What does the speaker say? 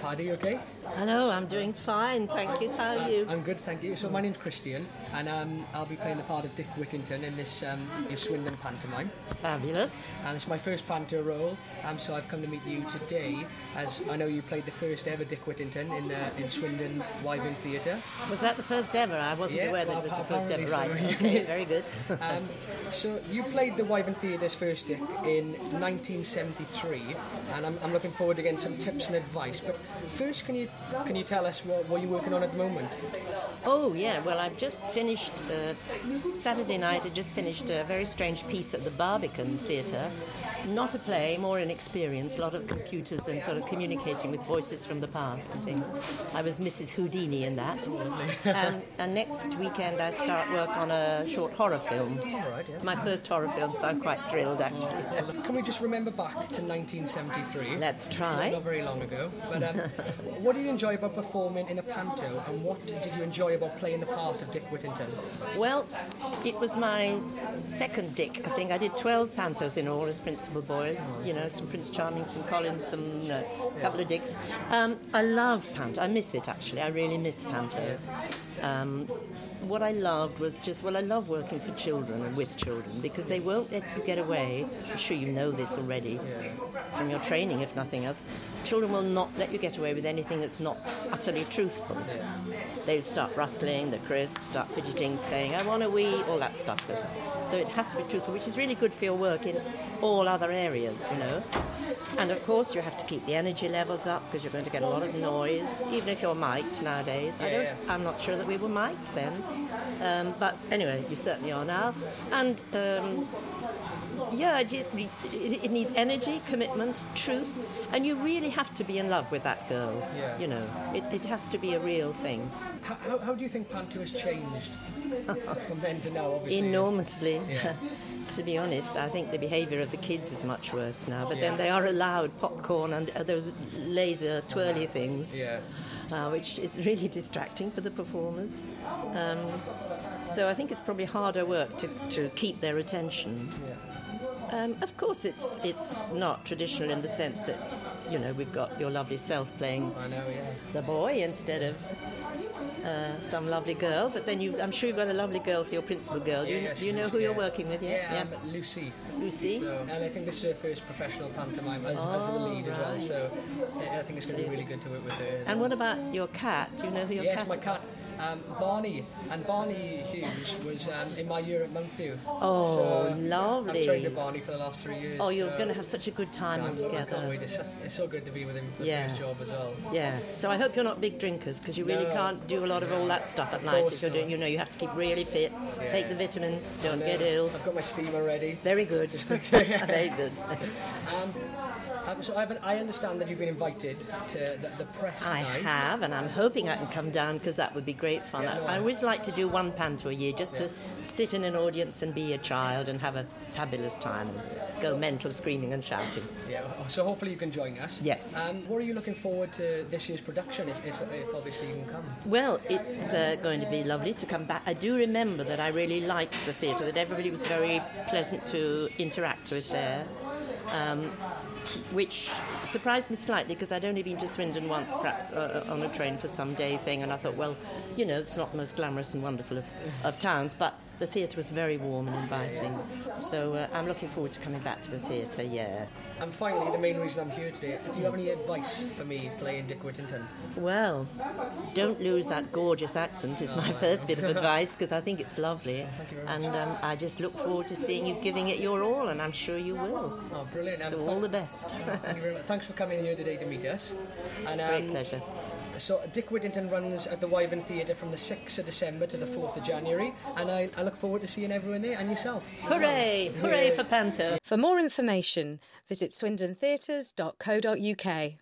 Hard, are you okay? Hello, I'm doing fine, thank you. How are you? I'm good, thank you. So my name's Christian, and um, I'll be playing the part of Dick Whittington in this um, your Swindon pantomime. Fabulous. And it's my first panto role, um, so I've come to meet you today, as I know you played the first ever Dick Whittington in uh, in Swindon Wyvern Theatre. Was that the first ever? I wasn't Yeah, aware that well, it was the first ever. Right. apparently so, Okay, very good. Um, so you played the Wyvern Theatre's first Dick in 1973, and I'm, I'm looking forward to getting some tips and advice. But first, can you can you tell us what, what you're working on at the moment? Oh, yeah, well, I've just finished, uh, Saturday night, I just finished a very strange piece at the Barbican Theatre. Not a play, more an experience, a lot of computers and sort of communicating with voices from the past and things. I was Mrs. Houdini in that. um, and next weekend I start work on a short horror film. All right, yeah. My first horror film, so I'm quite thrilled actually. Can we just remember back to 1973? Let's try. Not very long ago. But um, what did you enjoy about performing in a panto, and what did you enjoy about playing the part of Dick Whittington? Well, it was my second Dick. I think I did 12 pantos in all as Principal Boy. You know, some Prince Charming, some Collins, some uh, couple of Dicks. Um, I love panto. I miss it actually. I really miss panto. Um, what I loved was just well, I love working for children and with children because they won't let you get away. I'm sure you know this already from your training, if nothing else. Children will not let you get away with anything that's not utterly truthful. They'll start rustling, the crisp, start fidgeting, saying, I want a wee, all that stuff. goes on. So it has to be truthful, which is really good for your work in all other areas, you know. And of course, you have to keep the energy levels up because you're going to get a lot of noise, even if you're mic'd nowadays. I Yeah, don't, yeah. I'm not sure that we were mic'd then. Um, but anyway, you certainly are now. And um, yeah, it, it, it needs energy, commitment, truth, and you really have to be in love with that girl. Yeah. You know, it, it has to be a real thing. How, how, how do you think panto has changed from then to now? Obviously, Enormously. Yeah. to be honest, I think the behaviour of the kids is much worse now, but Yeah. then they are allowed popcorn and uh, those laser twirly things. Yeah. uh, which is really distracting for the performers. Um, so I think it's probably harder work to, to keep their attention. Um, of course, it's it's not traditional in the sense that you know we've got your lovely self playing I know. Yeah. the boy instead of. Uh, some lovely girl, but then you, I'm sure you've got a lovely girl for your principal girl. Do you, Yeah, do you know she's- who you're yeah. working with? Yeah, um, Lucy. Lucy. So, and I think this is her first professional pantomime as, as the lead as well. So I I think it's going to be really good to work with her. Oh. And what about your cat? Do you know who your yes, cat? my cat. Um, Barney and Barney Hughes was um, in my year at Monkview. Oh, I've lovely. trained with Barney for the last three years. oh, you're so going to have such a good time I'm- uh, I together. can't wait. It's, it's so good to be with him for the Yeah. first job as well. Yeah. So I hope you're not big drinkers because you really No. can't do a lot of all that stuff at night. course If you're doing, not. you know, you have to keep really fit, take Yeah. the vitamins, don't And, uh, get ill. I've got my steamer ready. Very good. Very good. Um, so I've, I understand that you've been invited to the, the press I night. have, and I'm hoping I can come down because that would be great fun. Yeah, no, I, I I- always like to do one panto a year just to sit in an audience and be a child and have a fabulous time and go mental screaming and shouting. Yeah, so hopefully you can join us. Yes. Um, what are you looking forward to this year's production, if, if, if obviously you can come? Well, it's uh, going to be lovely to come back. I do remember that I really liked the theatre, that everybody was very pleasant to interact with there, um, which surprised me slightly because I'd only been to Swindon once, perhaps uh, on a train for some day thing, and I thought, well, you know, it's not the most glamorous and wonderful of, of towns, but the theatre was very warm and inviting. So uh, I'm looking forward to coming back to the theatre, yeah. And finally, the main reason I'm here today, do you have any advice for me playing Dick Whittington? Well, don't lose that gorgeous accent, is my first bit of advice, because I think it's lovely. And um, I just look forward to seeing you giving it your all, and I'm sure you will. Oh, brilliant. So, Um, all the best. thank you very much. Thanks for coming here today to meet us. And, um, Great pleasure. So Dick Whittington runs at the Wyvern Theatre from the 6th of December to the 4th of January, and I, I look forward to seeing everyone there and yourself. Hooray! Hooray for Panto! For more information, visit swindontheatres.co.uk.